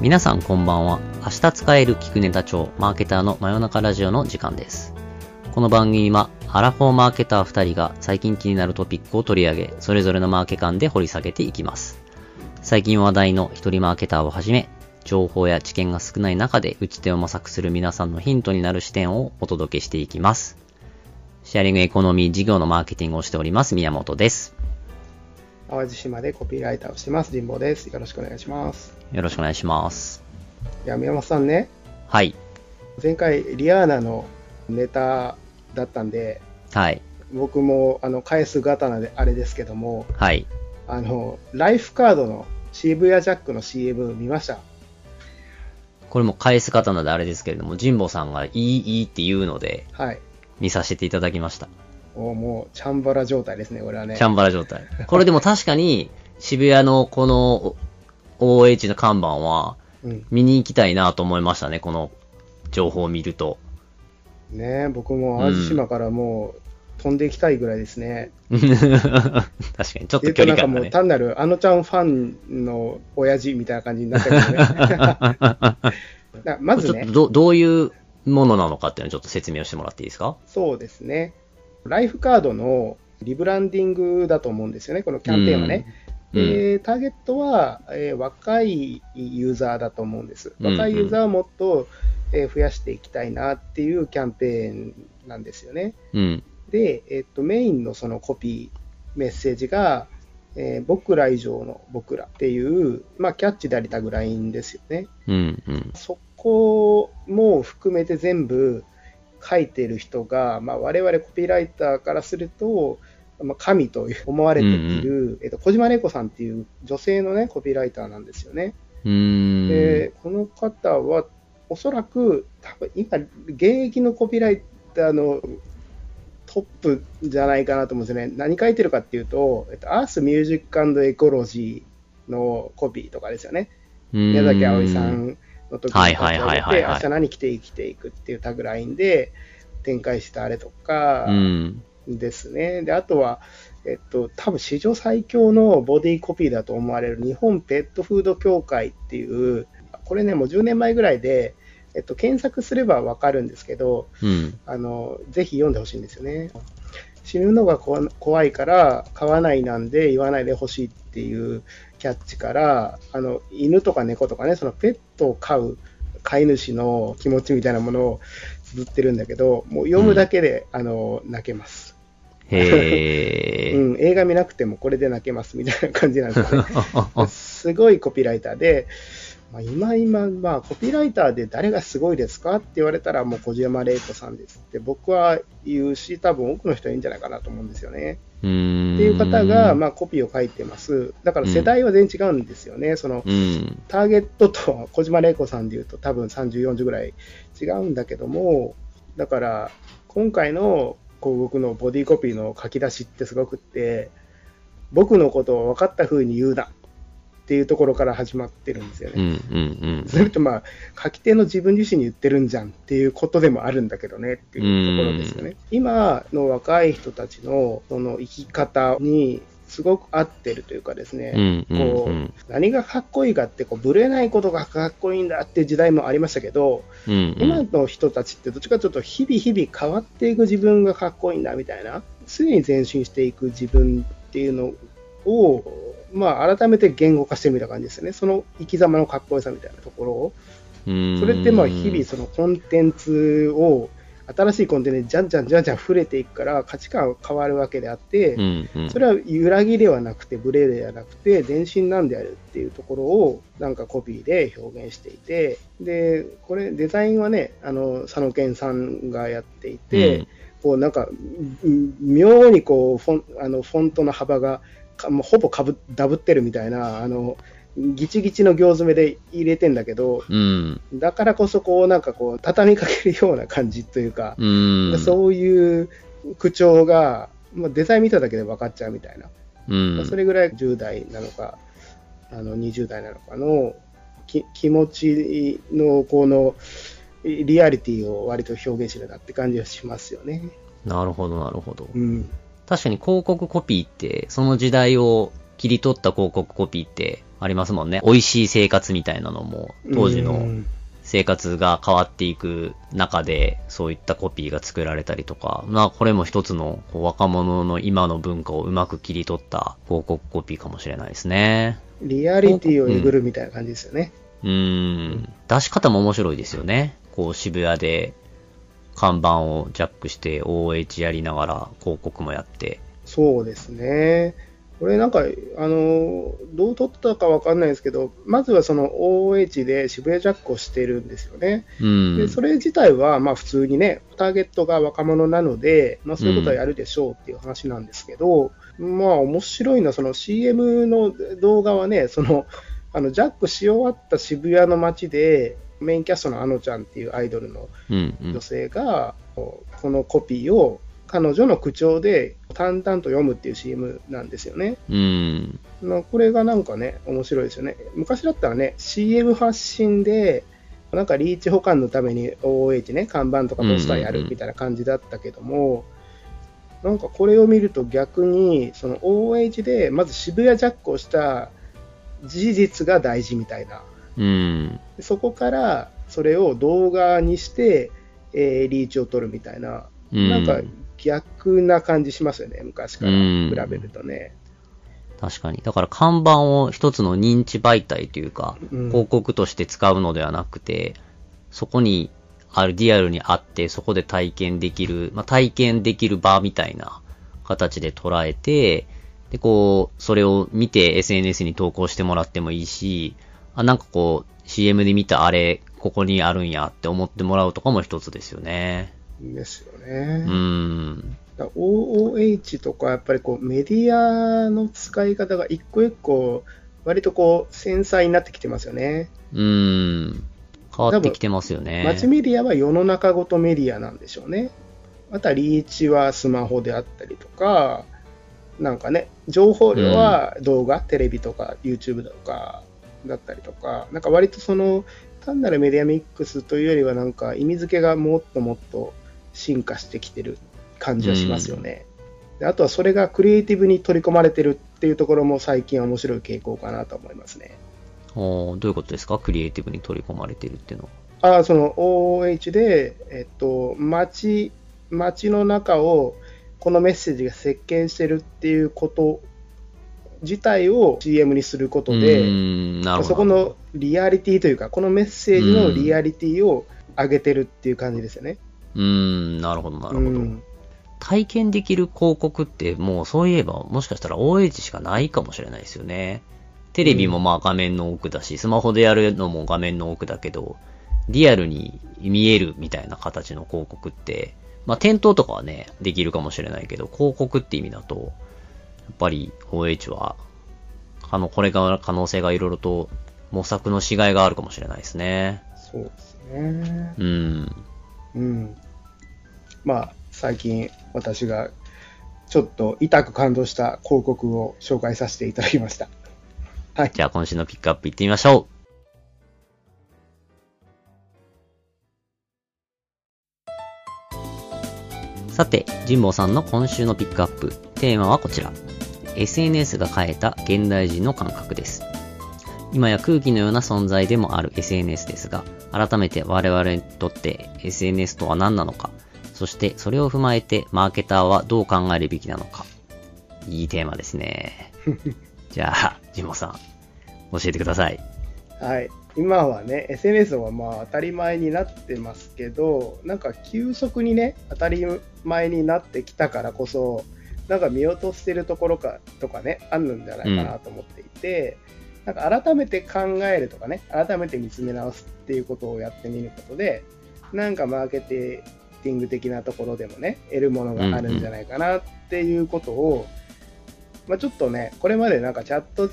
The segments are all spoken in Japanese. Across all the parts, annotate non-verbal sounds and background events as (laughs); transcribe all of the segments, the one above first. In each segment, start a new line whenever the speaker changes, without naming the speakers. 皆さんこんばんは。明日使える聞くネタ帳、マーケターの真夜中ラジオの時間です。この番組は、アラフォーマーケター2人が最近気になるトピックを取り上げ、それぞれのマーケ感で掘り下げていきます。最近話題の一人マーケターをはじめ、情報や知見が少ない中で打ち手を模索する皆さんのヒントになる視点をお届けしていきます。シェアリングエコノミー事業のマーケティングをしております、宮本です。
淡路島でコピーライターをしてます、神保です。よろしくお願いします。
よろしくお願いします。
いや、宮本さんね、
はい。
前回、リアーナのネタだったんで、
はい。
僕もあの返す刀であれですけども、
はい。
あのライフカードの渋谷ジャックの CM 見ました。
これも返す方なんであれですけれども、神保さんがいいいいって言うので、
はい。
見させていただきました。
おもう、チャンバラ状態ですね、俺はね
チ。ャンバラ状
(laughs)
態。これでも確かに、渋谷のこのお OH の看板は、
うん、
見に行きたいなと思いましたね、この情報を見ると。 (laughs)
ね僕も淡路島からもう飛んでいきたいぐらいですね。
確かに、ちょっ
言
と距
うと
離
な
感
んか
が
もう
ね。
単なるあのちゃんファンの親父みたいな感じになったけ
(laughs)
どね。 (laughs) だまず
ちょっ
ね
と、どどういうものなのかっていうのをちょっと説明をしてもらっていいですか
そうですね。ライフカードのリブランディングだと思うんですよね、このキャンペーンはね。
うん
でターゲットは、えー若いユーザーだと思うんです。
うんうん
若いユーザーをもっと、えー増やしていきたいなっていうキャンペーンなんですよね。
うん。
で、えっと、メインのそのコピー、メッセージが、えー僕ら以上の僕らっていう、まあ、キャッチでありたぐらいんですよね。
うん。うん。
そこも含めて全部書いてる人が、まあ、我々コピーライターからすると、まあ、神と思われている、えっと、小島玲子さんっていう女性の、ね、コピーライターなんですよね。
うーん。
でこの方はおそらく多分今、現役のコピーライターのトップじゃないかなと思うんですよね。何書いてるかっていうと、えっと、アースミュージックエコロジーのコピーとかですよね。宮崎あおいさんの時に
はいはいはいはいはい
明日何着て生きていくっていうタグラインで展開したあれとか
うん。
ですね。で、あとは、えっと、多分史上最強のボディコピーだと思われる日本ペットフード協会っていう、これね、もう10年前ぐらいで、えっと、検索すればわかるんですけど、
うん。
あの、ぜひ読んでほしいんですよね。死ぬのがこわ怖いから、買わないなんで言わないでほしいっていうキャッチから、あの、犬とか猫とかね、そのペットを飼う飼い主の気持ちみたいなものを綴ってるんだけど、もう読むだけで、あの、泣けます。
へ (laughs) ー。
(laughs) うん、映画見なくてもこれで泣けますみたいな感じなんですね。
あああ
すごいコピーライターで、まあ、今今、まあ、コピーライターで誰がすごいですかって言われたら、もう小島玲子さんですって僕は言うし、多分多くの人いいんじゃないかなと思うんですよね。
うーん
っていう方が、まあ、コピーを書いてます。だから世代は全然違うんですよね。その
うん。
ターゲットと小島玲子さんで言うと多分30、40ぐらい違うんだけども、だから今回の広告のボディコピーの書き出しってすごくって、僕のことを分かった風に言うなっていうところから始まってるんですよ
うんう
ね。
んうん
それってまあ書き手の自分自身に言ってるんじゃんっていうことでもあるんだけどねっていうところですよね。今の若い人たちのその生き方にすごく合ってるというかですね、
うんうん
こう
うん
何がかっこいいかってこう、ぶれないことがかっこいいんだっていう時代もありましたけど、
うん
今の人たちって、どっちかというと、日々日々変わっていく自分がかっこいいんだみたいな、常に前進していく自分っていうのを、まあ、改めて言語化してみた感じですよね、その生き様のかっこよさみたいなところを、
うん
それってまあ日々、そのコンテンツを、新しいコンテンツにじゃんじゃんじゃんじゃん触れていくから、価値観が変わるわけであって、
うんうん
それは揺らぎではなくて、ブレではなくて、全身なんであるっていうところを、なんかコピーで表現していて、で、これ、デザインはね、あの、佐野健さんがやっていて、
うん
こう、なんか、うん妙にこう、フォンあのフォントの幅が、かもうほぼかぶダブってるみたいな、あの、ギチギチの行詰めで入れてんだけど、
うん
だからこそ、こう、なんかこう、畳みかけるような感じというか、
うん
そういう口調が、まあ、デザイン見ただけで分かっちゃうみたいな。
うん
それぐらい10代なのか、あの20代なのかのき気持ちのこのリアリティを割と表現してるなって感じがしますよね。
なるほどなるほど
うん、
確かに広告コピーってその時代を切り取った広告コピーってありますもんね。美味しい生活みたいなのも、当時
う
の
ん
生活が変わっていく中で、そういったコピーが作られたりとか、まあこれも一つのこう若者の今の文化をうまく切り取った広告コピーかもしれないですね。
リアリティをえぐるみたいな感じですよね。
うーん。出し方も面白いですよね。こう渋谷で看板をジャックして OH やりながら広告もやって。
そうですね。これなんか、あの、どう撮ったかわかんないですけど、まずはその OH で渋谷ジャックをしてるんですよね。
うん。
でそれ自体は、まあ普通にね、ターゲットが若者なので、まあそういうことはやるでしょうっていう話なんですけど、まあ面白いのは、その CM の動画はね、その、あのジャックし終わった渋谷の街で、メインキャストのあのちゃんっていうアイドルの
うん、うん
女。性が、こうこのコピーを彼女の口調で淡々と読むっていう CM なんですよね。
うん。
まあこれがなんかね、面白いですよね。昔だったらね、CM 発信で、なんかリーチ保管のために OH ね、看板とかポスターや
うんうんう
る
ん
みたいな感じだったけども、なんかこれを見ると逆に、その OH でまず渋谷ジャックをした事実が大事みたいな。
うん。
そこからそれを動画にして、えーリーチを取るみたいな、
うん
なんか逆な感じしますよね、昔から
うん
比べるとね。
確かに。だから看板を一つの認知媒体というか、
うん
広告として使うのではなくて、そこに、あるリアルにあって、そこで体験できる、まあ、体験できる場みたいな形で捉えて、で、こう、それを見て SNS に投稿してもらってもいいし、あ、なんかこう、CM で見たあれ、ここにあるんやって思ってもらうとかも一つですよね。
ですよ
う
ね。
ん。
だから OOH とか、やっぱりこうメディアの使い方が一個一個、割とこう繊細になってきてますよね。
うん。変わってきてますよね。
マチメディアは世の中ごとメディアなんでしょうね。またリーチはスマホであったりとか、なんかね、情報量は動画、テレビとか YouTube とかだったりとか、なんか割とその単なるメディアミックスというよりは、なんか意味付けがもっともっと進化してきてる感じはしますよね。であとはそれがクリエイティブに取り込まれてるっていうところも最近は面白い傾向かなと思いますね。
おーどういうことですかクリエイティブに取り込まれてるっていうのは。
あその OOH で、えっと、街街の中をこのメッセージが席巻してるっていうこと自体を CM にすること
う
で、
ーんなるほど。
そこのリアリティというか、このメッセージのリアリティを上げてるっていう感じですよね。
うーん、なるほど、なるほど、
うん
体験できる広告って、もうそういえば、もしかしたら OH しかないかもしれないですよね。テレビもまあ画面の奥だし、スマホでやるのも画面の奥だけど、リアルに見えるみたいな形の広告って、まあ店頭とかはね、できるかもしれないけど、広告って意味だと、やっぱり OH は、あの、これが可能性がいろいろと模索のしがいがあるかもしれないですね。
そうですね。
うん。
うん。まあ、最近私がちょっと痛く感動した広告を紹介させていただきました。はい。
じゃあ今週のピックアップ行ってみましょう。さて、神保さんの今週のピックアップ、テーマはこちら。SNS が変えた現代人の感覚です。今や空気のような存在でもある SNS ですが、改めて我々にとって SNS とは何なのか、そしてそれを踏まえてマーケターはどう考えるべきなのか。いいテーマですね。じゃあ、神保さん、教えてください。
はい、今はね、SNS はまあ当たり前になってますけど、なんか急速にね、当たり前になってきたからこそ、なんか見落としてるところかとかね、あるんじゃないかなと思っていて、なんか改めて考えるとかね、改めて見つめ直すっていうことをやってみることで、なんかマーケティング的なところでもね、得るものがあるんじゃないかなっていうことを、まあ、ちょっとね、これまでなんかチャット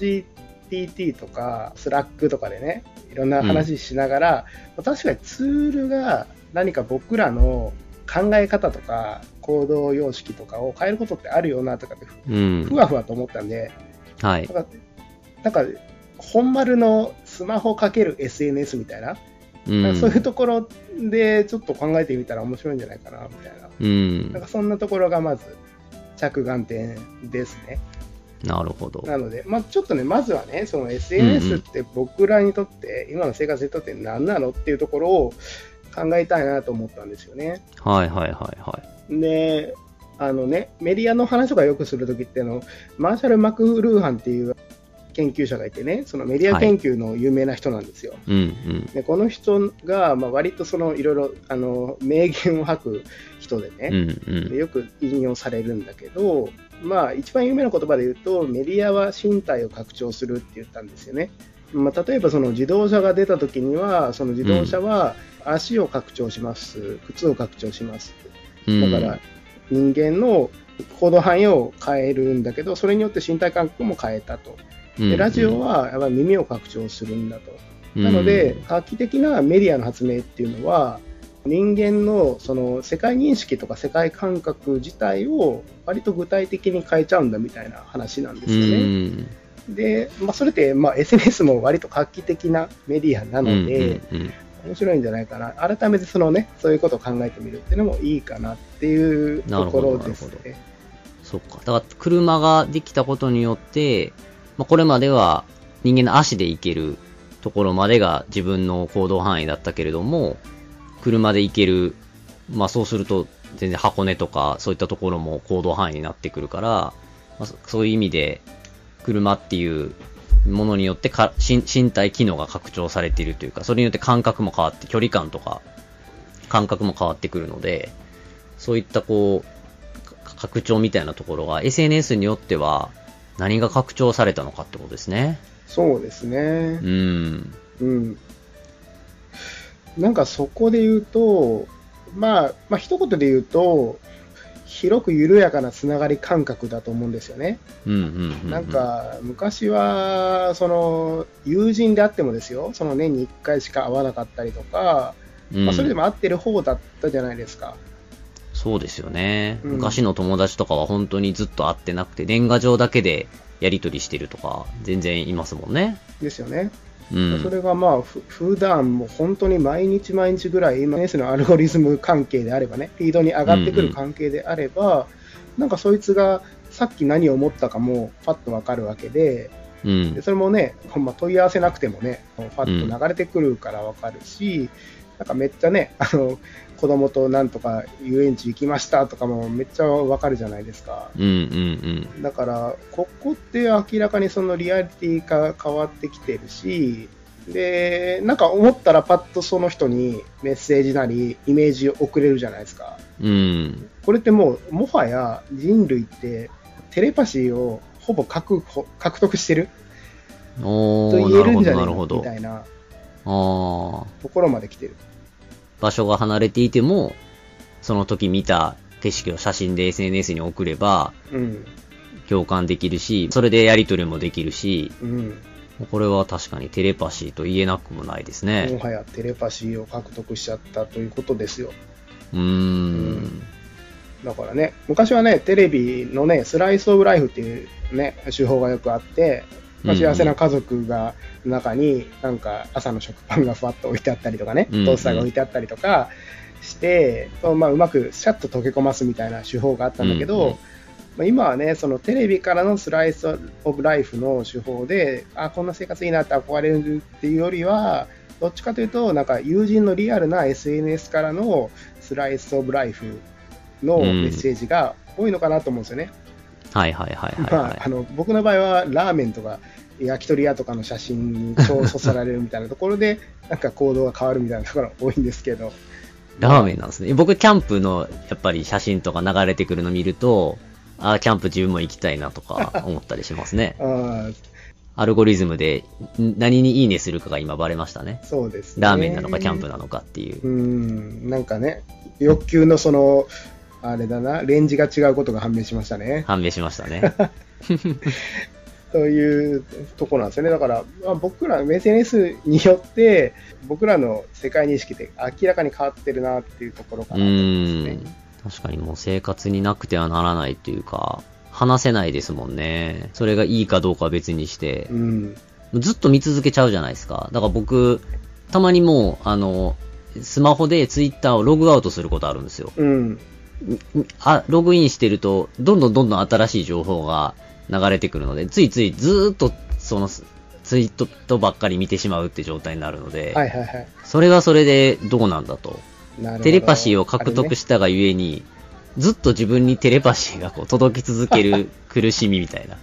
GPT とか、スラックとかでね、いろんな話しながら、確かにツールが何か僕らの考え方とか、行動様式とかを変えることってあるよなとかって、
う
ふ
ん。
わふわと思ったんで、
はい。
なんか、なんか本丸のスマホかける SNS みたいな、
うん。
なんかそういうところでちょっと考えてみたら面白いんじゃないかなみたいな、
うん
なんかそんなところがまず着眼点ですね。
なるほど。
なので、まあ、ちょっとね、まずはね、その SNS って僕らにとって、今の生活にとって何なのっていうところを考えたいなと思ったんですよね。
はいはいはいはい。
で、あのね、メディアの話とかよくするときってあの、マーシャル・マクルーハンっていう研究者がいてね、そのメディア研究の有名な人なんですよ。
うんうん。
でこの人が、まあ、割とそのいろいろあの名言を吐く人でね、
うん
でよく引用されるんだけど、まあ、一番有名な言葉で言うと、メディアは身体を拡張するって言ったんですよね。まあ、例えばその自動車が出た時には、その自動車は足を拡張します、靴を拡張します、
うん。
だから、人間の行動範囲を変えるんだけど、それによって身体感覚も変えたと、
うん、
でラジオはやっぱり耳を拡張するんだと、なので、画期的なメディアの発明っていうのは、人間のその世界認識とか世界感覚自体を割と具体的に変えちゃうんだみたいな話なんで
う
すよね。
ん、
で、まあ、それってまあ SNS も割と画期的なメディアな
な
ので、
うんうん
面白いんじゃないかな、改めてその、ね、そういうことを考えてみるっていうのもいいかなっていうところで
な
す
るほどな
ね。
そっか。だから、車ができたことによって、まあ、これまでは人間の足で行けるところまでが自分の行動範囲だったけれども、車で行ける、まあそうすると全然箱根とかそういったところも行動範囲になってくるから、まあそそういう意味で車っていうものによってか身身体機能が拡張されているというか、それによって感覚も変わって、距離感とか感覚も変わってくるので、そういったこう、か拡張みたいなところが SNS によっては何が拡張されたのかってことですね。
そうですね
う。ん。
うん、なんかそこで言うと、まあ、まあ一言で言うと、広く緩やかなつながり感覚だと思うんですよね。
うんうんうん、うん。
なん、か昔はその友人であってもですよ、その年に1回しか会わなかったりとか、
うん、
まあ、それでも会ってる方だったじゃないですか。
そうですよね。
うん
昔の友達とかは本当にずっと会ってなくて、年賀状だけでやり取りしてるとか、全然いますもんね。
ですよね。
うん。
それがまあふ普段も本当に毎日毎日ぐらい、今 SNS のアルゴリズム関係であればね、フィードに上がってくる関係であれば、なんかそいつがさっき何を思ったかもパッとわかるわけで、
うん
で。それもね、ほんま問い合わせなくてもね、パッと流れてくるからわかるし、なんかめっちゃね、あの子供となんとか遊園地行きましたとかもめっちゃわかるじゃないですか。
うんうん
だから、ここって明らかにそのリアリティが変わってきてるし、で、なんか思ったらパッとその人にメッセージなりイメージを送れるじゃないですか。
うん。うん。
これってもう、もはや人類ってテレパシーをほぼ確保獲得してる
お
と
ー、
言
なる
える
ほ
んじ
ど、
ゃな
ないる
の
ほ
み
ど。
たいな
ああ。
ところまで来てる。
場所が離れていても、その時見た景色を写真で SNS に送れば
うん。
共感できるし、それでやり取りもできるし、
うん。
これは確かにテレパシーと言えなくもないです
も
ね。
はやテレパシーを獲得しちゃったということですよ。
うーん。
だからね、昔はね、テレビのね、スライスオブライフっていうね、手法がよくあって、まあ、幸せな家族が中に、なんか朝の食パンがふわっと置いてあったりとかね、
うんうん
トースターが置いてあったりとかして、そうまあ、うまくシャッと溶け込ますみたいな手法があったんだけど、
うんうん
まあ、今はね、そのテレビからのスライスオブライフの手法で、あ、こんな生活いいなって憧れるっていうよりは、どっちかというと、なんか友人のリアルな SNS からのスライスオブライフのメッセージが多いのかなと思うんですよね。
はいはいはいはい、
ま
は
あ、
い
あの僕の場合はラーメンとか焼き鳥屋とかの写真にそうそそられるみたいなところで (laughs) なんか行動が変わるみたいなところが多いんですけど。
ラーメンなんですね。僕、キャンプのやっぱり写真とか流れてくるの見ると、ああ、キャンプ自分も行きたいなとか思ったりしますね
(laughs) あー
アルゴリズムでん何にいいねするかが今バレましたね。
そうです、ね、
ラーメンなのかキャンプなのかっていう
う。んなんかね欲求のそのあれだなレンジが違うことが判明しましたね
判明しましたね。
というところなんですよねだから、まあ、僕らの SNS によって僕らの世界認識って明らかに変わってるなっていうところか
う
なと思います
ー
ね
ん。確かにもう生活になくてはならないというか、話せないですもんね。それがいいかどうかは別にして
う、ん
ずっと見続けちゃうじゃないですか。だから僕、たまにもう、あの、スマホでツイッターをログアウトすることあるんですよ。
うん
あ、ログインしてると、どんどんどんどん新しい情報が流れてくるので、ついついずーっとそのツイートばっかり見てしまうって状態になるので、
はいはいはい。
それはそれでどうなんだと。
なるほど
テレパシーを獲得
あ
したがゆえに、ずっと自分にテレパシーがこう届き続け
(laughs)
る苦しみみたいな。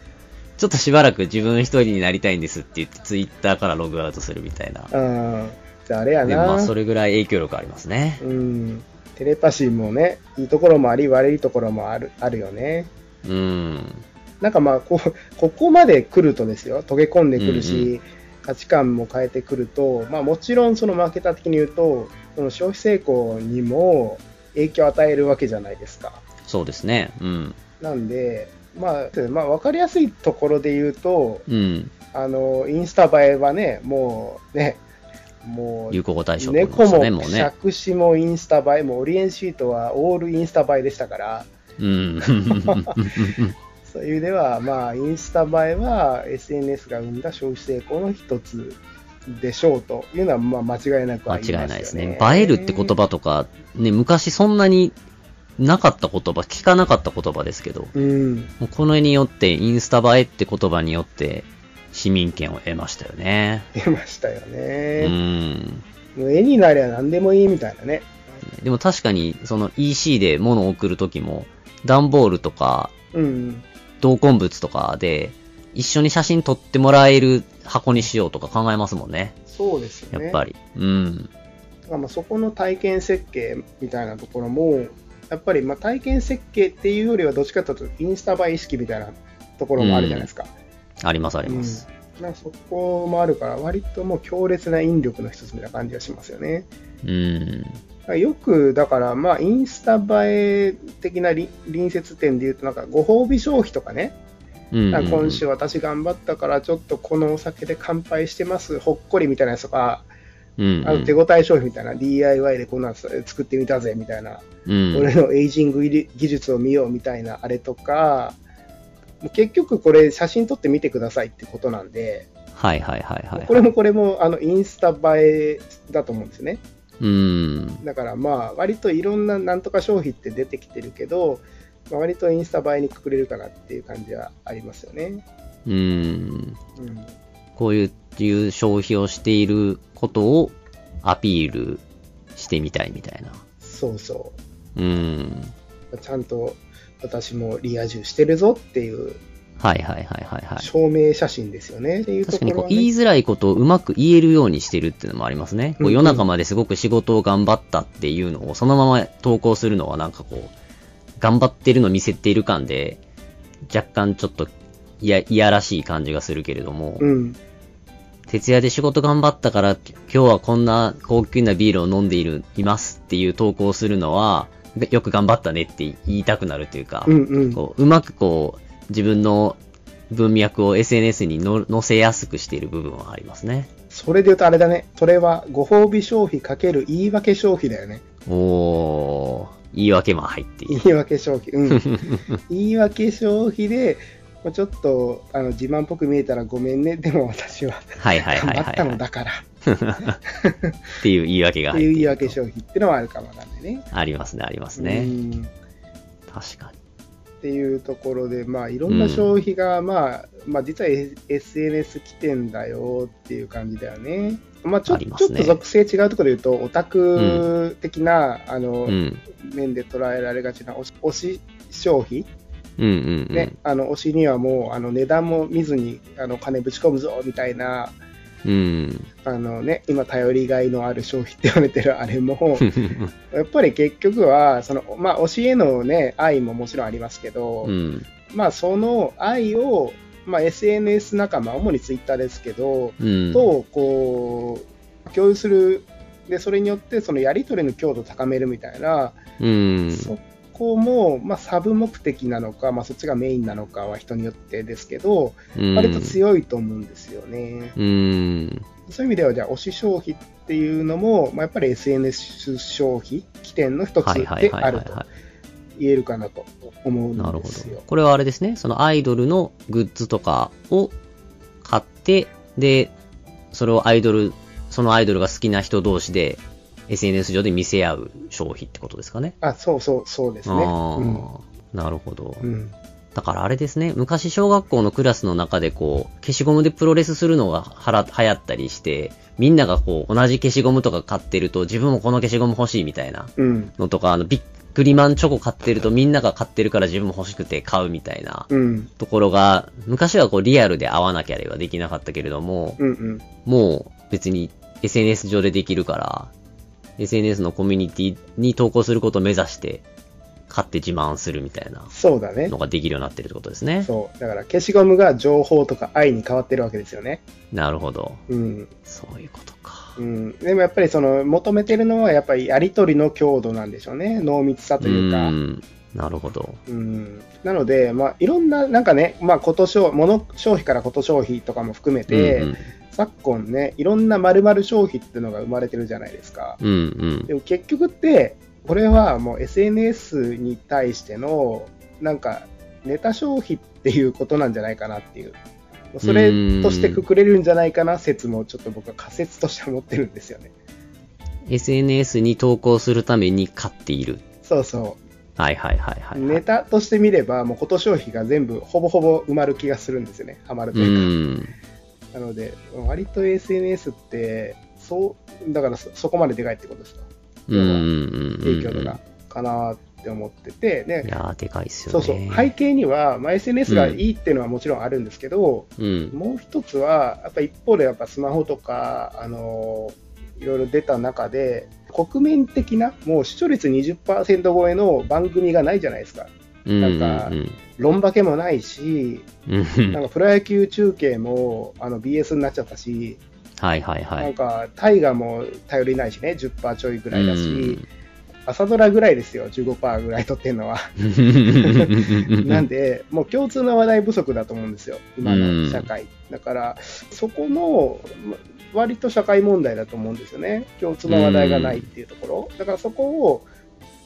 ちょっとしばらく自分一人になりたいんですって言って、ツイッターからログアウトするみたいな。
れねうん。じゃああれや
で
な。
もまあ、それぐらい影響力ありますね。
うん。テレパシーもね、いいところもあり、悪いところもあるあるよね。
うん。
なんかまあこう、 (laughs) ここまで来るとですよ、溶け込んでくるし、
うん
価値観も変えてくると、まあ、もちろんそのマーケター的に言うと、その消費成功にも影響を与えるわけじゃないですか。
そうですね。うん。
なんで、まあ、まあ、分かりやすいところで言うと、
うん。
あのインスタ映えはね、もうね、もう
流行語大賞とか
猫
です
も、
ね、もうね。
杓子もインスタ映えも、オリエンシートはオールインスタ映えでしたから、
うん。
(laughs) そういう意味では、まあ、インスタ映えは SNS が生んだ消費成功の一つでしょうというのは、まあ、間違いなく
間
あ
違い
りますよ、ね、
ないですね。映えるって言葉とか、ね、昔そんなになかった言葉、聞かなかった言葉ですけど、
うん、
もうこの絵によって、インスタ映えって言葉によって、市民権を得ましたよね。
出ましたよ
う
ね。
ん。
もう絵になりゃ何でもいいみたいなね。
でも確かに、その EC で物を送るときも、段ボールとか、
うん、
同梱物とかで、一緒に写真撮ってもらえる箱にしようとか考えますもんね。
そうですよ
や
ね。
っぱり。うん。
だからまあそこの体験設計みたいなところも、やっぱりまあ体験設計っていうよりは、どっちかというと、インスタ映え意識みたいなところもあるじゃないですか。
ありますあります。
うんまあそこもあるから、割ともう強烈な引力の一つみたいな感じがしますよね。
うん。
よく、だから、まあ、インスタ映え的なり隣接点で言うと、なんか、ご褒美消費とかね、
うん。
なんか今週私頑張ったから、ちょっとこのお酒で乾杯してます、ほっこりみたいなやつとか、
うん、
あの手応え消費みたいな、DIY でこんなの作ってみたぜみたいな、
うん。
俺のエイジング技術を見ようみたいなあれとか、もう結局これ写真撮ってみてくださいってことなんで、
はいはいはいはい。
これもこれもあのインスタ映えだと思うんですね。
うん。
だからまあ割といろんななんとか消費って出てきてるけど、まあ、割とインスタ映えにくくれるかなっていう感じはありますよね。
うん。
うん、
こういう、いう消費をしていることをアピールしてみたいみたいな。
そうそ
うん。
う。ちゃんと私もリア充してるぞっていう
はいはいはいはいはい。
証明写真ですよね。っていうと
確か
こ
に
ろ
こ
は
う
ね、
言いづらいことをうまく言えるようにしてるっていうのもありますね。こ
うんう
うん夜中まですごく仕事を頑張ったっていうのをそのまま投稿するのはなんかこう、頑張ってるの見せている感で、若干ちょっといや、いやらしい感じがするけれども、
うん、
徹夜で仕事頑張ったから、今日はこんな高級なビールを飲んでいる、いますっていう投稿するのは、でよく頑張ったねって言いたくなるというか、
うん、うん。
こううまくこう、自分の文脈を SNS にの載せやすくしている部分はありますね。
それで言うとあれだね。それはご褒美消費かける言い訳消費だ
(laughs)
よね。
おー、言い訳も入っている。
言い訳消費。
(laughs)
うん。言い訳消費で、もうちょっとあの自慢っぽく見えたらごめんね。でも私は
はいはい
頑
はい
張
は
っ
い、
た
は
の
い。
だから
っていう言い訳が
って
入
い
って
う言
い
い
る
訳消費っていうのはあるかもなんでね。
ありますね、あります
う
ね。
ん
確かに。
っていうところで、まあ、いろんな消費が、まあ、まあ、実は SNS 起点だよっていう感じだよね。まあ、ちょ
ありま
ちょ
す
っ
ね
と属性違うところで言うと、オタク的な、あの、
うん。
面で捉えられがちな推し推し消費、
うんうんうん。
ねあの推しにはもうあの値段も見ずにあの金ぶち込むぞみたいな
うん。
あの、ね、今頼りがいのある消費って言われてるあれもやっぱり結局はその、まあ、推しへの、ね、愛ももちろんありますけど、
うん。
まあ、その愛を、まあ、SNS 仲間主にツイッターですけど、
うん。
とこう共有するでそれによってそのやり取りの強度を高めるみたいな
うん。
そこも、まあ、サブ目的なのか、まあ、そっちがメインなのかは人によってですけど、
うん
割と強いと思うんですよね。
うーん。
そういう意味では、じゃあ、推し消費っていうのも、まあ、やっぱり SNS 消費、起点の一つ
はいはい
で
はい
あ
はい
ると
は
言えるかなと思う
い。なるほ
んです
ど
よ。。
これはあれですね、そのアイドルのグッズとかを買って、で、それをアイドル、そのアイドルが好きな人同士で、SNS 上で見せ合う消費ってことですかね。
あ、そうそう、そうですね。
ああ、なるほど。
うんうん
だからあれですね、昔小学校のクラスの中でこう、消しゴムでプロレスするのがはら流行ったりして、みんながこう、同じ消しゴムとか買ってると、自分もこの消しゴム欲しいみたいな
うん。
のとか、あの、ビックリマンチョコ買ってるとみんなが買ってるから自分も欲しくて買うみたいな
うん。
ところが、昔はこう、リアルで会わなきゃではできなかったけれども、
うん。うん。
もう別に SNS 上でできるから、SNS のコミュニティに投稿することを目指して、買って自慢するみたいな
そうだね
の。ができるようになってるってことですね。
そう。だから消しゴムが情報とか愛に変わってるわけですよね。
なるほど。
うん。
そういうことか。
うん。でもやっぱりその求めてるのはやっぱりやりとりの強度なんでしょうね。濃密さというか。
ん。なるほど。
うん、なので、まあ、いろんな、なんかね、まあ、こと消物消費からこと消費とかも含めて、
うん
昨今ね、いろんな丸々消費っていうのが生まれてるじゃないですか。
うん。うん
でも結局って、これはもう SNS に対しての、なんか、ネタ消費っていうことなんじゃないかなっていう、それとしてくくれるんじゃないかな説も、ちょっと僕は仮説として持ってるんですよね。
うん。SNS に投稿するために買っている。
そうそ
はいはいはいは
う、
い。
ネタとして見れば、もうこと消費が全部、ほぼほぼ埋まる気がするんですよね、ハマると
う
いうか。
ん。
なので、割と SNS って、そう、だからそそこまででかいってことですか、
うんうん。
影響度が、かなって思ってて、
い
で、
やー、でかいっすよ
そ
ね。
うそう、背景には、まあ、SNS がいいっていうのはもちろんあるんですけど、
うん。
もう一つは、やっぱ一方で、やっぱスマホとか、あのーいろいろ出た中で、国民的な、もう視聴率20%超えの番組がないじゃないですか。
うん。うん。
なんか論化けもないし、
うん。
なんかプロ野球中継もあの BS になっちゃったし、
はいはいは
なん
い。
か、大河も頼りないしね、10%ちょいぐらいだし、朝ドラぐらいですよ、15%ぐらい取ってるのは。
うん。
なんで、もう共通の話題不足だと思うんですよ、今の社会。だから、そこの、ま割と社会問題だと思うんですよね、共通の話題がないっていうところ。だからそこを、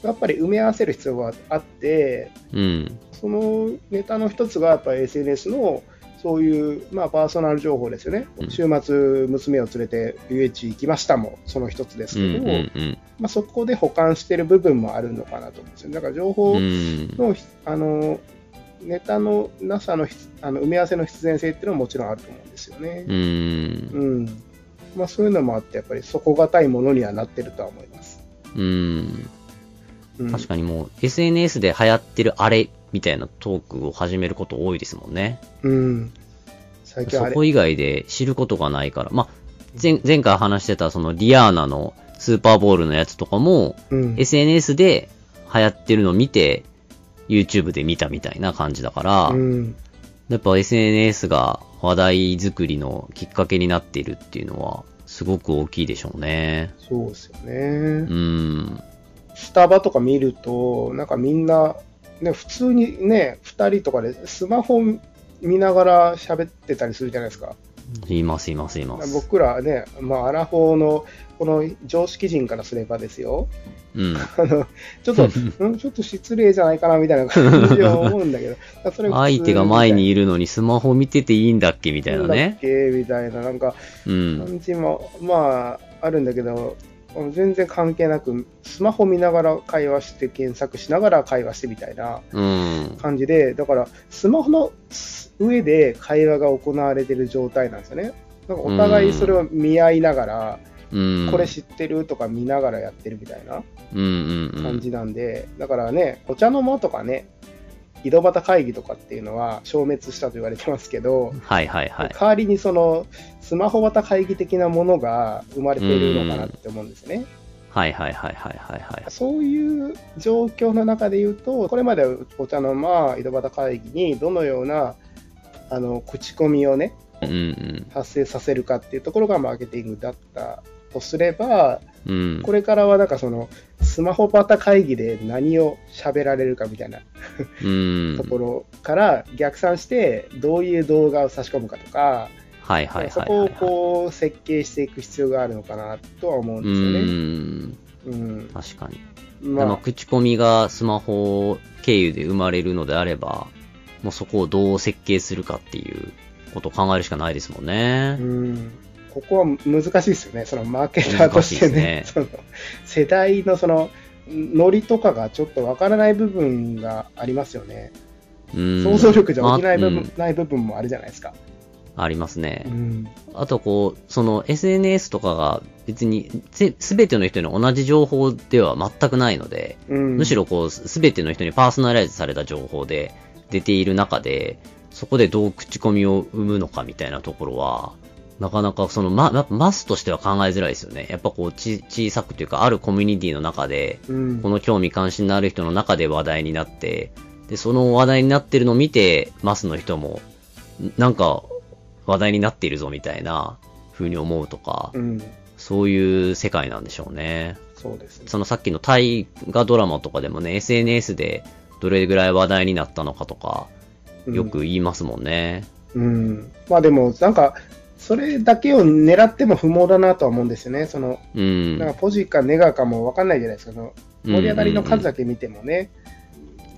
やっぱり埋め合わせる必要があって、
(laughs) うん。
そのネタの一つがやっぱり SNS のそういう、まあ、パーソナル情報ですよね、
うん
週末、娘を連れて遊園地行きましたもその一つです
う
け
ん
ど、
うん
まあ、そこで保管してる部分もあるのかなと思うんですよね。だから情報
う
の,、
ん。
あのネタのなさのひあの埋め合わせの必然性っていうのはもちろんあると思うんですよね。
うん。
うんまあ、そういうのもあって、やっぱり底堅いものにはなってるとは思います。
うん。
うん、
確かにもう SNS で流行ってるあれみたいなトークを始めること多いですもんね。
うん、最近
そ
あれ
こ、以外で知ることがないから。まあ、前前回話してたそのリアーナのスーパーボールのやつとかも、
うん、
SNS で流行ってるのを見て、YouTube で見たみたいな感じだから、
うん
やっぱ SNS が話題作りのきっかけになっているっていうのは、すごく大きいでしょうね。
そうですよね。
うん。
スタバとか見ると、なんかみんな、ね、普通にね、2人とかでスマホ見ながら喋ってたりするじゃないですか。
います、います、います。
僕らね、まあ、アラフォーのこの常識人からすればですよ、
うん。
あのち
(laughs)
ょっと、んちょっと失礼じゃないかなみたいな感じは思うんだ
(laughs)
けど、それ普通
相手が前にいるのにスマホ見てていいんだっけみたいな
なんだっ
ね。
けみたいな、なんか
うん。
感じも、まあ、あるんだけど、全然関係なく、スマホ見ながら会話して、検索しながら会話してみたいな。
うん。
感じで、だからスマホの上で会話が行われてる状態なんですよね。なんかお互いそれを見合いながら、
うん。
これ知ってるとか見ながらやってるみたいな
うんうんうん。
感じなんで、だからね、お茶の間とかね、井戸端会議とかっていうのは消滅したと言われてますけど、
はいはいはい。
代わりにそのスマホ型会議的なものが生まれているのかなって思うんですね。
はいはいはいはいはいはい。
そういう状況の中で言うと、これまでお茶の間、井戸端会議にどのようなあの口コミをね、
うんうん。
発生させるかっていうところがマーケティングだったとすれば、
うん
こ。れからはなんかその、スマホ端会議で何を喋られるかみたいな
うん
と。ころから逆算して、どういう動画を差し込むかとか、
はいはいはいはいはい。
そこをこう設計していく必要があるのかなとは思うん
う
ですよね。
ん。
うん
確かに。
ま
ま
あ
あ、口コミがスマホ経由で生まれるのであれば、もうそこをどう設計するかっていうことを考えるしかないですもんね。
うんここは難しいですよね、そのマーケターとしてね、
難しい
(laughs) その世代のそのノリとかがちょっとわからない部分がありますよね。
うん
想像力じゃ起きない部分,、
まあ
ない部分もあるじゃないですか。
ありますね
う。ん
あとこう、その SNS とかが別にせ全ての人に同じ情報では全くないので、
うん
むしろこう、すべての人にパーソナライズされた情報で出ている中で、そこでどう口コミを生むのかみたいなところは、なかなかその、ま、やっぱマスとしては考えづらいですよね。やっぱこう、ち、小さくというか、あるコミュニティの中で、
うん
この興味関心のある人の中で話題になって、で、その話題になってるのを見て、マスの人も、んなんか、話題になっているぞみたいな、風に思うとか、
うん、
そういう世界なんでしょうね。
そうですね。
そのさっきの大河ドラマとかでもね、SNS でどれぐらい話題になったのかとか、
うん
よく言いますもんね。
うん、まあでも、なんか、それだけを狙っても不毛だなとは思うんですよね。その、
うん。
なんかポジかネガかも分かんないじゃないですか。その盛り上がりの数だ
け。
け見てもね、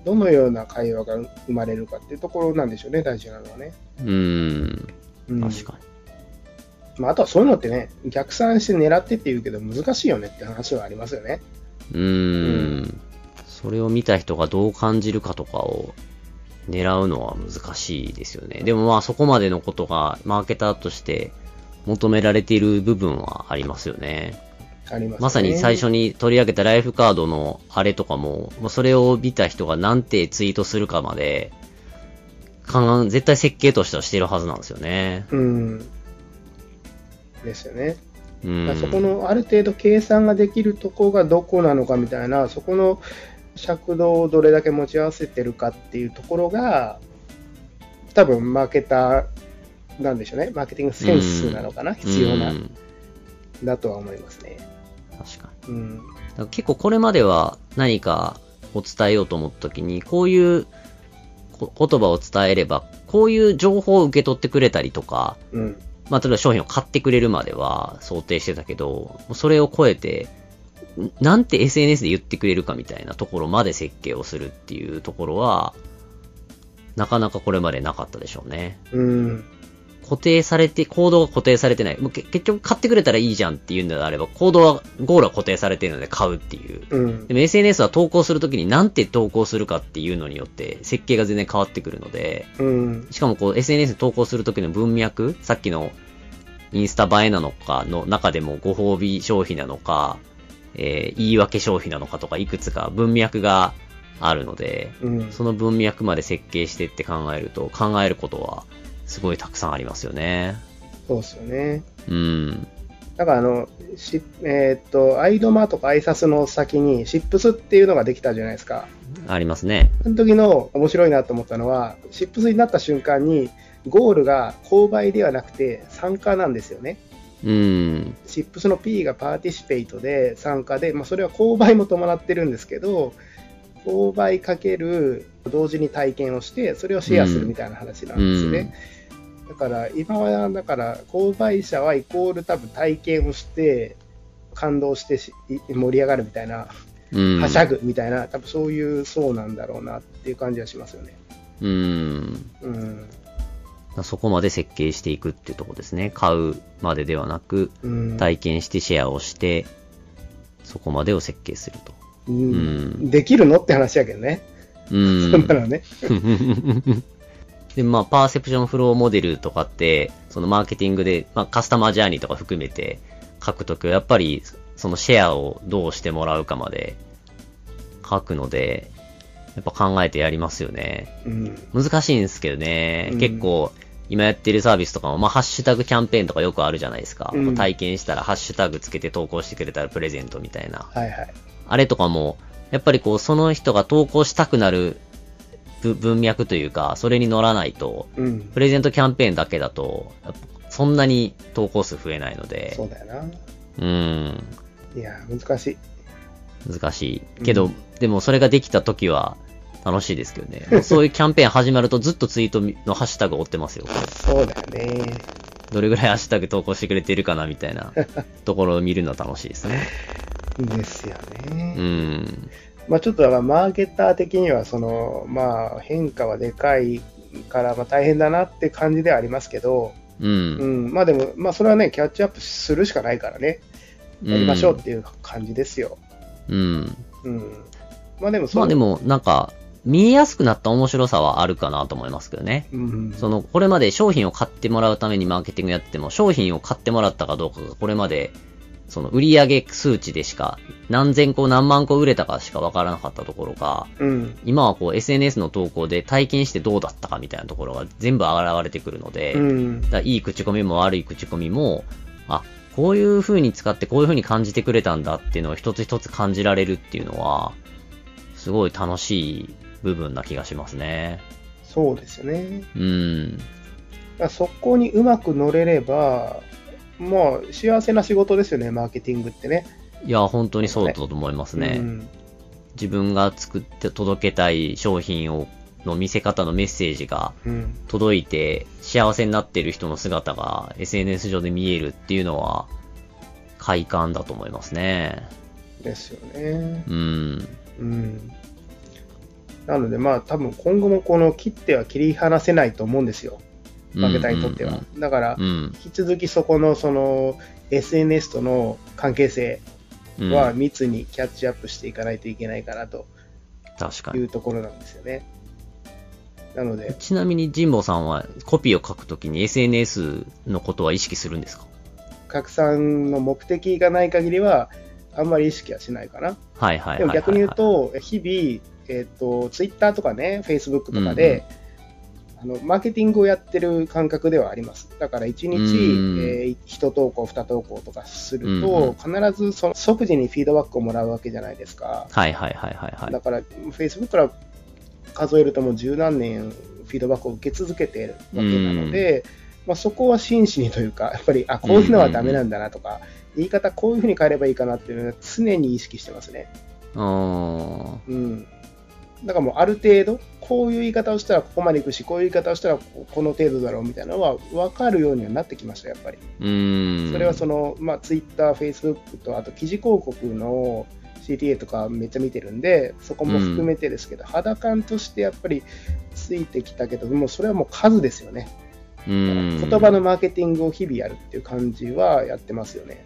どのような会話が生まれるかっていうところなんでしょうね、大事なのはね。
うん。
うん、
確か
まあ、あとはそういうのってね、逆算して狙ってって言うけど、難しいよねって話はありますよね。
に。うん。それを見た人がどう感じるかとかを狙うのは難しいですよね。でもまあそこまでのことがマーケターとして求められている部分はありますよね。
ありますね
まさに最初に取り上げたライフカードのあれとかも、もうそれを見た人が何てツイートするかまで、かん絶対設計としてはしてるはずなんですよね。
うん。ですよね。
う
だから
ん。
そこのある程度計算ができるとこがどこなのかみたいな、そこの尺度をどれだけ持ち合わせてるかっていうところが、多分マーケターなんでしょうね、マーケティングセンスなのかな、必要な
う、ん
だとは思いますね。
確かに。
うん、
だから結構これまでは何かを伝えようと思った時に、こういうこ言葉を伝えれば、こういう情報を受け取ってくれたりとか、
うん、
まあ、例えば商品を買ってくれるまでは想定してたけど、もうそれを超えて、んなんて SNS で言ってくれるかみたいなところまで設計をするっていうところは、なかなかこれまでなかったでしょうね。
うん、
固定されて、行動が固定されてない。もうけ結局買ってくれたらいいじゃんっていうんであれば、行動は、ゴールは固定されているので買うっていう。
うん
で、も SNS は投稿するときに何て投稿するかっていうのによって設計が全然変わってくるので、
うん、
しかもこう SNS に投稿するときの文脈、さっきのインスタ映えなのかの中でもご褒美消費なのか、えー言い訳消費なのかとかいくつか文脈があるので、
うん、
その文脈まで設計してって考えると、考えることはすごいたくさんありますよね。
そうですよね。
うん。
だからあの、しえーっと、アイドマとかアイサスの先に、シップスっていうのができたじゃないですか。
ありますね。
その時の面白いなと思ったのは、シップスになった瞬間に、ゴールが勾配ではなくて参加なんですよね。
うん。
シップスの P がパーティシペイトで参加で、まあ、それは勾配も伴ってるんですけど、購買かける同時に体験をして、それをシェアするみたいな話なんですね。だから今は、だから購買者はイコール多分体験をして、感動してしい盛り上がるみたいな、
うん。
はしゃぐみたいな、多分そういう層なんだろうなっていう感じはしますよね。
うん。
うん。
そこまで設計していくっていうところですね。買うまでではなく、
うん
体験してシェアをして、そこまでを設計すると。
う
うんん。
できるのって話やけどね、
う。
そんなんのね。
(laughs) で、まあ、パーセプションフローモデルとかって、そのマーケティングで、まあ、カスタマージャーニーとか含めて書くときは、やっぱり、そのシェアをどうしてもらうかまで書くので、やっぱ考えてやりますよね。
うん
難しいんですけどね、
うん
結構今やってるサービスとかも、まあ、ハッシュタグキャンペーンとかよくあるじゃないですか、
うん
体験したらハッシュタグつけて投稿してくれたらプレゼントみたいな
はいはい。
あれとかもやっぱりこうその人が投稿したくなるぶ文脈というかそれに乗らないと
うん
プ。レゼントキャンペーンだけだとやっぱそんなに投稿数増えないので
そうだよな。
うん
いや、難しい。
難しいけど、
うん
でもそれができた時は楽しいですけどねもうそういうキャンペーン始まるとずっとツイートのハッシュタグ追ってますよ
そうだよね。
どれぐらいハッシュタグ投稿してくれてるかなみたいなところを見るのは楽しいですね。
(laughs) ですよ
う
ね。
ん。
まあちょっとだからマーケター的には、その、まあ変化はでかいから、まあ大変だなって感じではありますけど、
う。
うんん。まあでも、まあそれはね、キャッチアップするしかないからね、やりましょうっていう感じですよ。
うん。
うん。まあでもそう、
まあでも、なんか、見えやすくなった面白さはあるかなと思いますけどね。
うん、
その、これまで商品を買ってもらうためにマーケティングやってても、商品を買ってもらったかどうかが、これまで、その売上数値でしか、何千個何万個売れたかしかわからなかったところが、
うん、
今はこう SNS の投稿で体験してどうだったかみたいなところが全部現れてくるので、
うん
だからいい口コミも悪い口コミも、あ、こういう風に使ってこういう風に感じてくれたんだっていうのを一つ一つ感じられるっていうのは、すごい楽しい部分な気がしますね。
そうですね。
うん。
まあそこにうまく乗れれば、もう幸せな仕事ですよね、マーケティングってね。
いや、本当にそうだと思いますね。
うん
自分が作って届けたい商品を、の見せ方のメッセージが
うん
届いて幸せになってる人の姿が SNS 上で見えるっていうのは快感だと思いますね。
ですよね。
うん。
うん、なので、まあ、多分今後もこの切っては切り離せないと思うんですよ、マーケターにとっては。だから
う、ん。
引き続きそこのその SNS との関係性
うん。
は密にキャッチアップしていかないといけないかなと
確か
い
に。
うところなんですよね。なので、
ちなみに、神保さんはコピーを書くときに SNS のことは意識するんですか
拡散の目的がない限りは、あんまり意識はしないかな。
はいはいはいはいはい。
でも逆に言う、と、日々、えっと、Twitter とかね、Facebook とかで、あの、マーケティングをやってる感覚ではあります。だから
う
1
ん
日、えー、1投稿、2投稿とかする
うん
と、必ずその即時にフィードバックをもらうわけじゃないですか。
はいはいはいはいは
だから、Facebook から数えるともう十何年フィードバックを受け続けているわけなので、まあ、そこは真摯にというか、やっぱり、あ、こういうのはダメなんだなとか、言い方こういうふうに変えればいいかなっていうのは常に意識してますね。
い。うーん。
うん。だからもうある程度、こういう言い方をしたらここまでいくし、こういう言い方をしたらここの程度だろうみたいなのは分かるようにはなってきました、やっぱり。
うーん。
それはその、まあ、Twitter、Facebook と、あと記事広告の CTA とかめっちゃ見てるんで、そこも含めてですけど、肌感としてやっぱりついてきたけど、もうそれはもう数ですよね。
う
だから
ーん、
言葉のマーケティングを日々やるっていう感じはやってますよね。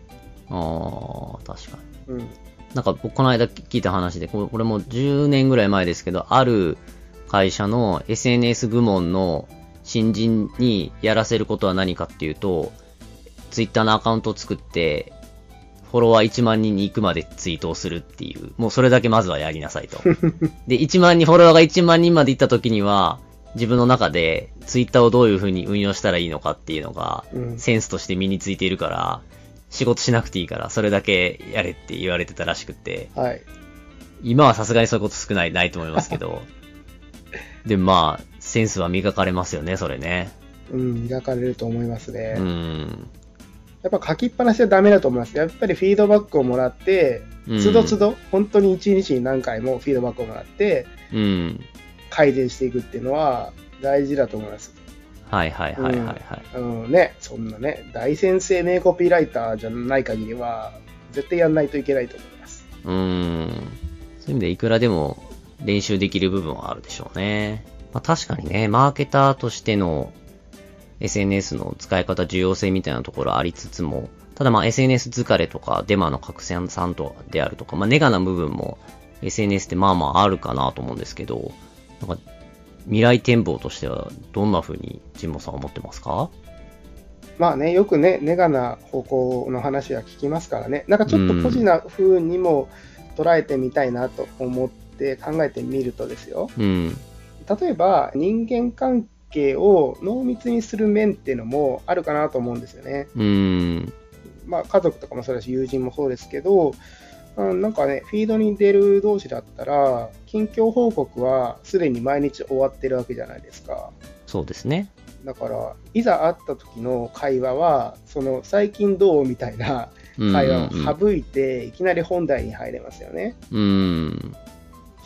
ああ、確かに。
うん。
なんか僕この間聞いた話で、これこれも10年ぐらい前ですけど、ある会社の SNS 部門の新人にやらせることは何かっていうと、ツイッターのアカウントを作って、フォロワー1万人に行くまでツイートをするっていう、もうそれだけまずはやりなさいと。で、1万人、フォロワーが1万人まで行った時には、自分の中でツイッターをどういうふうに運用したらいいのかっていうのが、
うん
センスとして身についているから、仕事しなくていいから、それだけやれって言われてたらしくて、
はい。
今はさすがにそういうこと少ない、ないと思いますけど。で、まあ、センスは磨かれますよね、それね。
うん、磨かれると思いますね。
うん。
やっぱ書きっぱなしはダメだと思います。やっぱりフィードバックをもらって、
うん
つどつど、本当に1日に何回もフィードバックをもらって、
うん。
改善していくっていうのは大事だと思います。
はいはいはいはいはい。
あのね、そんなね、大先生名コピーライターじゃない限りは、絶対やんないといけないと思います。
うん。そういう意味でいくらでも練習できる部分はあるでしょうね。まあ確かにね、マーケターとしての SNS の使い方、重要性みたいなところはありつつも、ただまあ SNS 疲れとかデマの拡散さんとであるとか、まあネガな部分も SNS ってまあまああるかなと思うんですけど、なんか未来展望としてはどんな風にジンボさんは思ってますか
まあね、よくね、ネガな方向の話は聞きますからね、なんかちょっと個人な風にも捉えてみたいなと思って考えてみるとですよ、
うん。
例えば人間関係を濃密にする面っていうのもあるかなと思うんですよね。
うん。
まあ、家族とかもそうだし、友人もそうですけど、うん、なんかね、フィードに出る同士だったら、近況報告はすでに毎日終わってるわけじゃないですか。
そうですね。
だから、いざ会った時の会話は、その最近どうみたいな
うん
会話を省いて、いきなり本題に入れますよね。
うん。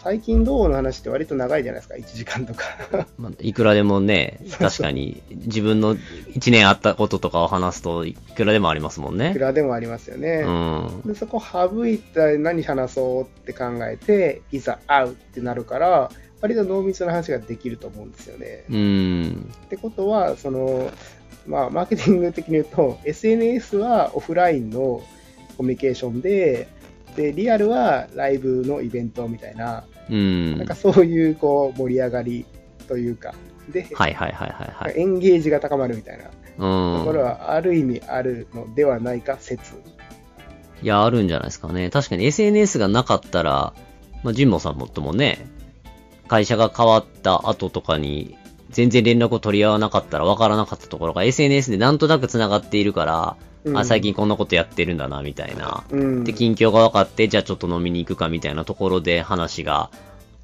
最近どうの話って割と長いじゃないですか、1時
(laughs)
間とか。
まあ、いくらでもね、確かに自分の1年あったこととかを話すといくらでもありますもん
いく
ね。
らでもありますよね。
うん。
でそこ省いて何話そうって考えていざ会うってなるから割と濃密な話ができると思うんですよね。
うん。
ってことはその、まあ、マーケティング的に言うと SNS はオフラインのコミュニケーションでで、リアルはライブのイベントみたいな、
うん。
なんか
は
そういうこう盛り上がりというか、で、
いはいはいはいはい。
エンゲージが高まるみたいなところ
うん。
はある意味あるのではないか説。
いや、あるんじゃないですかね。確かに SNS がなかったら、まあ、ジンボさんもっともね、会社が変わった後とかに、全然連絡を取り合わなかったら分からなかったところが SNS でなんとなく繋がっているから、
うん
あ、最近こんなことやってるんだな、みたいな。
うん、
で、近況が分かって、じゃあちょっと飲みに行くかみたいなところで話が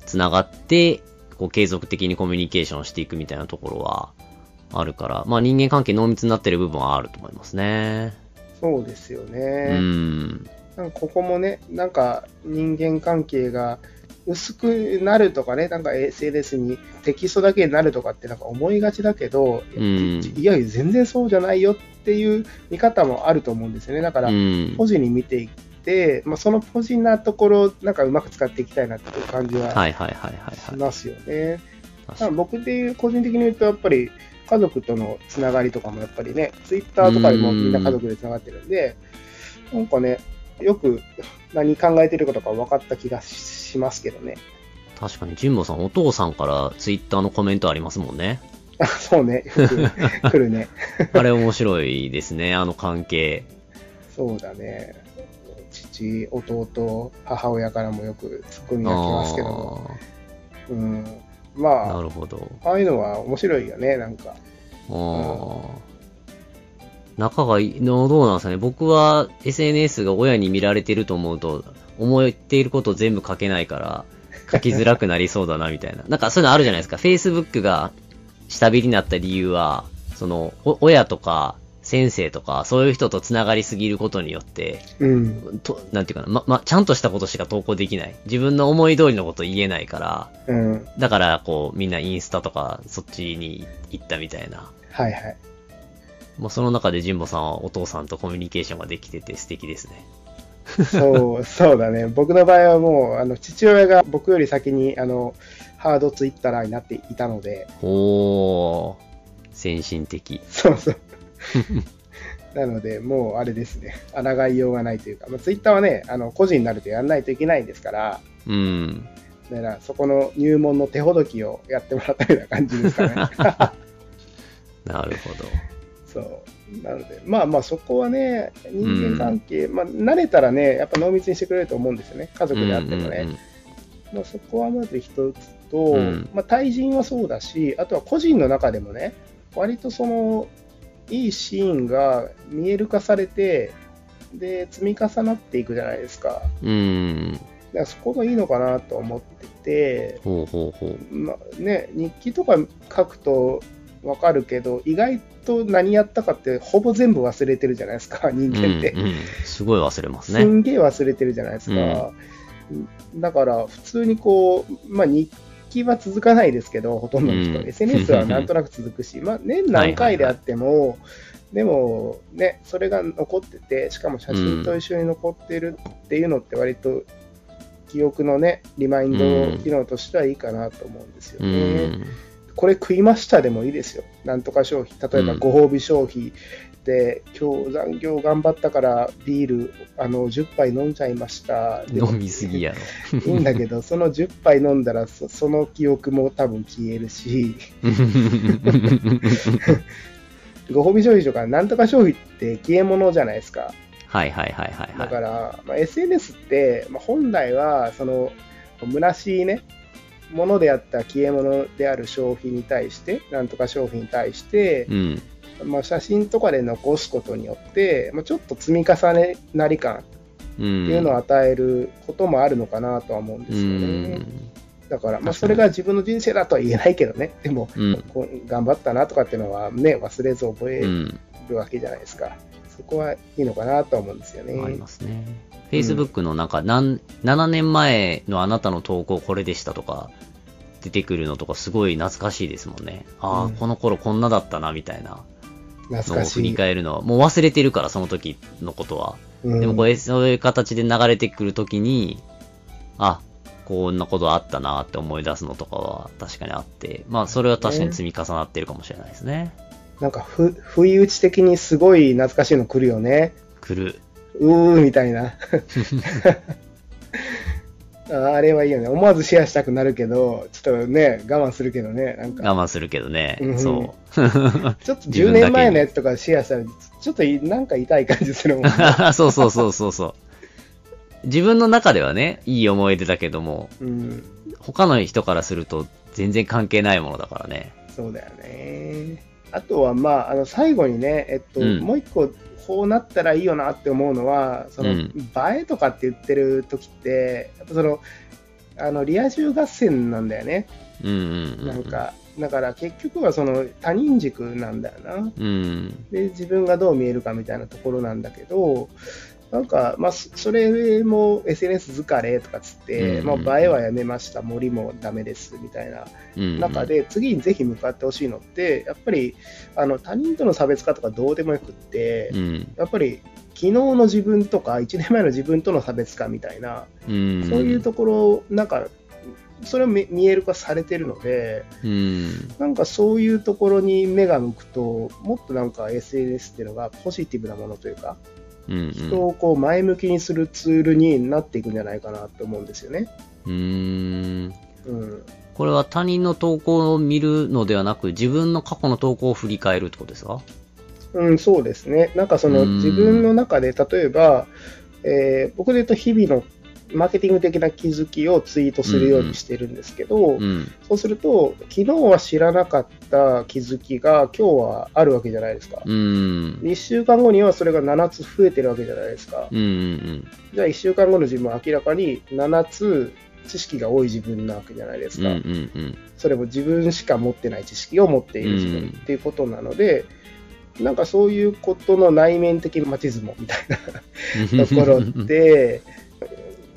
繋がって、こう継続的にコミュニケーションしていくみたいなところはあるから、まあ人間関係濃密になってる部分はあると思いますね。
そうですよ
う
ね。
ん。
なんかここもね、なんか人間関係が薄くなるとかね、なんか SNS にテキストだけになるとかってなんか思いがちだけど、
うん
いやいや、全然そうじゃないよっていう見方もあると思うんですよね。だか
う
ら、
ん。
ポジに見ていって、まあ、そのポジなところをなんかうまく使っていきたいなっていう感じは
はいはいはいはい
し
はい。
ますよね。
確
だ
か
から
に
僕でいう個人的に言うと、やっぱり家族とのつながりとかもやっぱりね、ツイッターとかでもみんな家族でつながってるんで、なんかね、よく何考えてるかとか分かった気がししますけどね。 (laughs)
確かに、ジンボさん、お父さんからツイッターのコメントありますもんね。
あそうね、よく来るね。
あれ面白いですね、あの関
(laughs)
係。
そうだね。父、弟、母親からもよくツッコミが来ますけども。うん、
あーな
まあ、
るほど。
ああいうのは面白いよね、なんか。
ああ。仲がいいの、どうなんですかね。僕は SNS が親に見られてると思うと、思っていることを全部書けないから、書きづらくなりそうだな、みたいな。なんかそういうのあるじゃないですか。Facebook が下火になった理由は、その、お親とか、先生とか、そういう人と繋がりすぎることによって、
うん、
と、なんていうかな、ま、ま、ちゃんとしたことしか投稿できない。自分の思い通りのこと言えないから、
うん、
だから、こう、みんなインスタとか、そっちに行ったみたいな。
はいはい。
まあ、その中で神保さんはお父さんとコミュニケーションができてて素敵ですね。
そう、そうだね。僕の場合はもう、あの、父親が僕より先に、あの、ハードツイッターになっていたので、
おー、先進的。
そうそう。なので、もうあれですね。抗いようがないというか、まあ、ツイッターはね、あの、個人になるとやらないといけないんですから、
うん。
だから、そこの入門の手ほどきをやってもらったような感じです
(laughs)
かね。
(laughs) なるほど。
そう。なので、まあまあ、そこはね、人間関係、まあ、慣れたらね、やっぱ濃密にしてくれると思うんですよね。家族であってもね。
うんうんうん
まあ、そこはまず一つと、
うん
まあ、対人はそうだし、あとは個人の中でもね、割とそのいいシーンが見える化されて、で積み重なっていくじゃないですか、だか
うん。
らそこがいいのかなと思ってて、
ほうほうほう。
まあね、日記とか書くと分かるけど、意外と何やったかって、ほぼ全部忘れてるじゃないですか、人
うん、う
間って。
ん。すごい忘れます
す
ね。
んげえ忘れてるじゃないですか。だから、普通にこう、まあ、日記は続かないですけど、ほとんどの人、
うん
SNS
(laughs)
はなんとなく続くし、まあ、年何回であっても、でも、ね、それが残ってて、しかも写真と一緒に残ってるっていうのって、割と記憶のね、リマインド機能としてはいいかなと思うんですよ
う
ね。
ん。
これ食いましたでもいいですよ。なんとか消費。例えば
うん
ご褒美消費で、今日残業頑張ったからビールあの10杯飲んじゃいました。でも
飲みすぎやろ。 (laughs)
いいんだけど、その10杯飲んだらそその記憶も多分消えるし、ご褒美消費とか、なんとか消費って消え物じゃないですか。
はいはいはいはい
だ
はい。
から、まあ、SNS って、まあ、本来はその虚しいねものであった消え物である消費に対して、なんとか消費に対して、
うん。
まあ、写真とかで残すことによって、まあ、ちょっと積み重ねなり感っ
うん。
ていうのを与えることもあるのかなとは思うんで
う
すよね。
ん。
だから、まあ、
確かに
それが自分の人生だとは言えないけどね、でも、
うん
こう頑張ったなとかっていうのは、ね、忘れず覚え
うん。
るわけじゃないですか。そこはいいのかなとは思うんですよね。
ありますね。Facebook のなんか、なん、7年前のあなたの投稿これでしたとか、出てくるのとかすごい懐かしいですもんね。ああ、
うん
この頃こんなだったな、みたいなの
懐
を
か
振
し
り
い。
返るのは、もう忘れてるから、その時のことは。
うん
でもこれ、そういう形で流れてくる時に、あ、こんなことあったなって思い出すのとかは確かにあって、まあそれは確かに積み重なってるかもしれないですね。
なんかふ、不意打ち的にすごい懐かしいの来るよね。
来る。
うーみた
(laughs)
いな。ああれはいいよね。思わずシェアしたくなるけど、ちょっとね、我慢するけどね、なんか、
我慢するけどね、
うん
そう
ちょっと10年前のやつとかシェアしたら、ちょっといなんか痛い感じす
(laughs)
るもん、ね。
そうそうそうそうそう。自分の中ではね、いい思い出だけども、
うん、
他の人からすると全然関係ないものだからね。
そうだよね。あとは、まあ、あの最後にね、えっと、
うん
もう一個、こうなったらいいよなって思うのは、その、
うん
映えとかって言ってる時って、やっぱその、あのリア充合戦なんだよね、
うんうんうん、うん。
なん。か、だから結局はその他人軸なんだよな。
うん。
で自分がどう見えるかみたいなところなんだけどなんか、まあ、そそれも SNS 疲れとかつって、
うんうんうん
まあ、映えはやめました森もダメですみたいな
うん。
中。で次にぜひ向かってほしいのってやっぱりあの他人との差別化とかどうでもよくって
うん。
やっぱり昨日の自分とか1年前の自分との差別化みたいな
うん。
そういうところなんかそれを見見える化されてるので
うん。
なんかそういうところに目が向くと、もっとなんか SNS っていうのがポジティブなものというか、
うん。うん。
人をこう前向きにするツールになっていくんじゃないかなと思うんですよね。
うーん。
うん、
これは他人の投稿を見るのではなく、自分の過去の投稿を振り返るってことですか
うん、そうですね。なんかそうの
ん
自分の中で、例えば、えー僕で言うと日々のマーケティング的な気づきをツイートするようにしてるんですけど、
うん。
そうすると、昨日は知らなかった気づきが今日はあるわけじゃないですか。
うん。
1週間後にはそれが7つ増えてるわけじゃないですか。
うんうん
じゃあ1週間後の自分は明らかに7つ知識が多い自分なわけじゃないです
うん。うん
か、
うんうん。
それも自分しか持ってない知識を持っている自
うん
分っていうことなので、なんかそういうことの内面的マチズモみたいなと
(laughs)
ころって、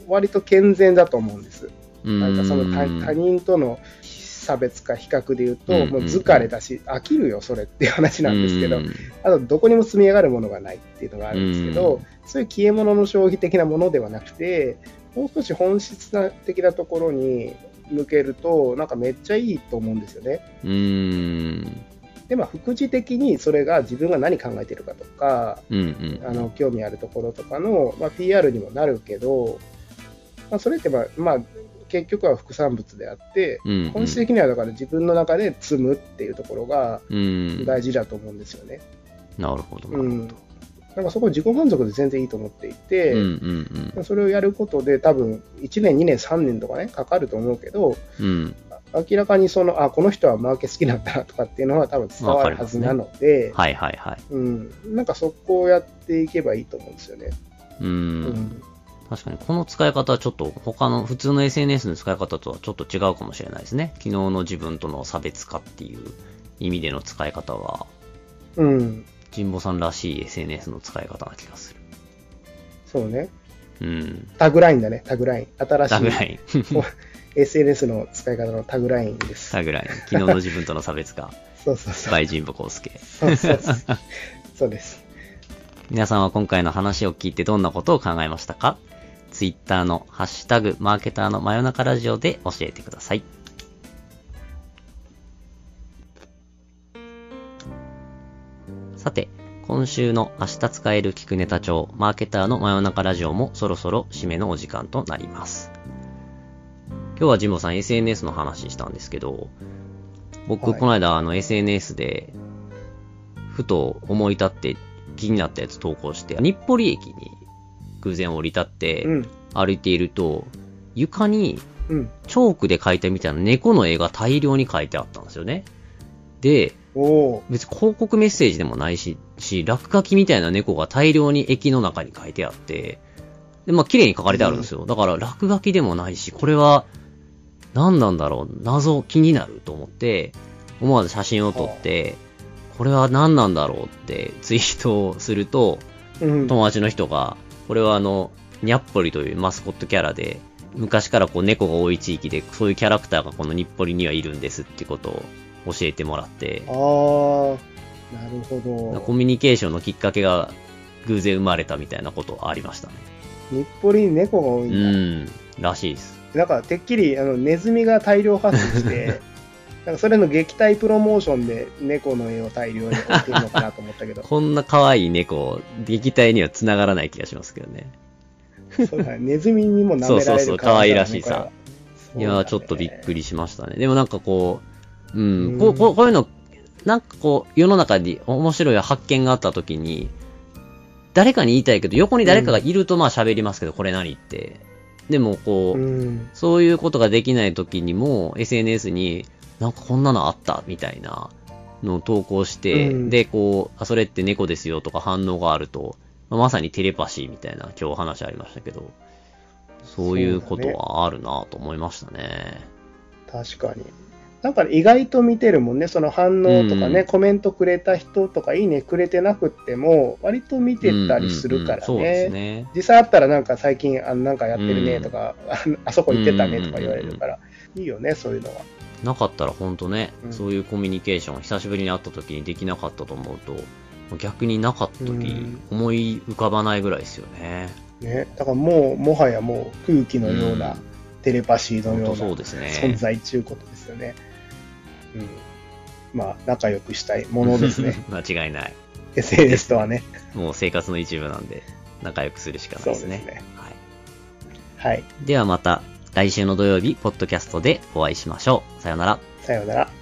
割と健全だと思うんです。
うん、
なんかその他他人との差別か比較で言うと、もう疲れだし、飽きるよ、それっていう話なんですけど
う、ん
あとどこにも積み上がるものがないっていうのがあるんですけど、
うん
そういう消え物の消費的なものではなくて、もう少し本質な的なところに向けると、なんかめっちゃいいと思うんですよね。
うん。
で、まあ、副次的にそれが自分が何考えてるかとか、
うんうん。
あの興味あるところとかの、まあ、PR にもなるけど、まあ、それって、まあまあ、結局は副産物であって、
うんうん、
本質的にはだから自分の中で積むっていうところが
うん。
大事だと思うんですよね。
なるほどな。
う
うん
ん、なんかそこ自己満足で全然いいと思っていて、
うん
それをやることで多分1年2年3年とかねかかると思うけど
うん。うん。
明らかにそのあこの人はマーケ好きなんだなとかっていうのは多分伝わるはずなので、
はいはいはい。
うん、なんかそこをやっていけばいいと思うんですよね。
うん。
うん
確かに、この使い方はちょっと他の普通の SNS の使い方とはちょっと違うかもしれないですね。昨日の自分との差別化っていう意味での使い方は、
うん、
神保さんらしい SNS の使い方な気がす
そうね
る。うん。
タグラインだねタグライン新し
タグラ
い
イン。
SNS の使い方のタグラインです。
タグライン。昨日の自分との差別化。
そうそうそう
バイ神保康介。
そうそうそうそうです。
皆さんは今回の話を聞いてどんなことを考えましたか ?Twitter のハッシュタグマーケターの真夜中ラジオで教えてください。さて、今週の明日使える聞くネタ帳マーケターの真夜中ラジオもそろそろ締めのお時間となります。今日はジンボさん SNS の話したんですけど、僕、
はい
この間あの SNS でふと思い立って気になったやつ投稿して、日暮里駅に偶然降り立って
うん
歩いていると、床に
うん、
チョークで描いたみたいな猫の絵が大量に描いてあったんですよね。で、
おお
別に広告メッセージでもないし、し落書きみたいな猫が大量に駅の中に書いてあって、で、まあ、綺麗に書かれてあるんですよ。だから、落書きでもないし、これは、何なんだろう、謎気になると思って、思わず写真を撮って、これは何なんだろうってツイートをすると、
ー、うん、
友達の人が、これはあの、ニャッポリというマスコットキャラで、昔からこう猫が多い地域で、そういうキャラクターがこの日暮里にはいるんですってことを教えてもらって、
ああ、なるほ
コ
ど。
ミュニケーションのきっかけが偶然生まれたみたいなことはありましたね。
日暮里に猫が多い
うん
だ。
ん、らしいです。 (laughs)
なんか、てっきり、あの、ネズミが大量発生して、なんかそれの撃退プロモーションで猫の絵を大量に置いてるのかなと思ったけ
(laughs)
ど、
こんな可愛い猫、撃退には繋がらない気がしますけどね。
そうだねネズミにも舐めら
そうそう
れ
そう
る感じだね
可愛らしいさ。
こ
い
れは
やー、ちょっとびっくりしましたね。でもなんかこう、う、
うんん
こうこうこういうの、なんかこう、世の中に面白い発見があった時に、誰かに言いたいけど、横に誰かがいるとまあ喋りますけど、これ何って。でもこ、
そうだねうん
そういうことができない時にも、SNS に、なんかこんなのあった、みたいなのを投稿して、
うん
で、こう、あ、それって猫ですよとか反応があると、まあまさにテレパシーみたいな、今日話ありましたけど、そういうことはあるなと思いましたね。
確かに。なんか意外と見てるもんね、その反応とかね、
うん
コメントくれた人とか、いいねくれてなくっても、割と見てたりするから
うんうんうんそうです
ね。
ね。
実際あったら、なんか最近、あなんかやってるねとか、ああそこ行ってたねとか言われるから、いいよね、そういうのは。
なかったら本当ね、
うん
そういうコミュニケーション、久しぶりに会った時にできなかったと思うと、逆になかった時、
うん
思い浮かばないぐらいですよね。
ね、だからもう、もはやもう空気のような、
うん
テレパシーの
本
よ
当
う
そう
な
ですね。
存在ちゅうことですよね。うん、まあ、仲良くしたいものですね、
(laughs) 間違いない。
SNS とはね。
もう生活の一部なんで、仲良くするしかない
そう
で
です
すね。
ね。
は
はい、
い、ではまた、来週の土曜日、ポッドキャストでお会いしましょう。さようなら。
さようなら。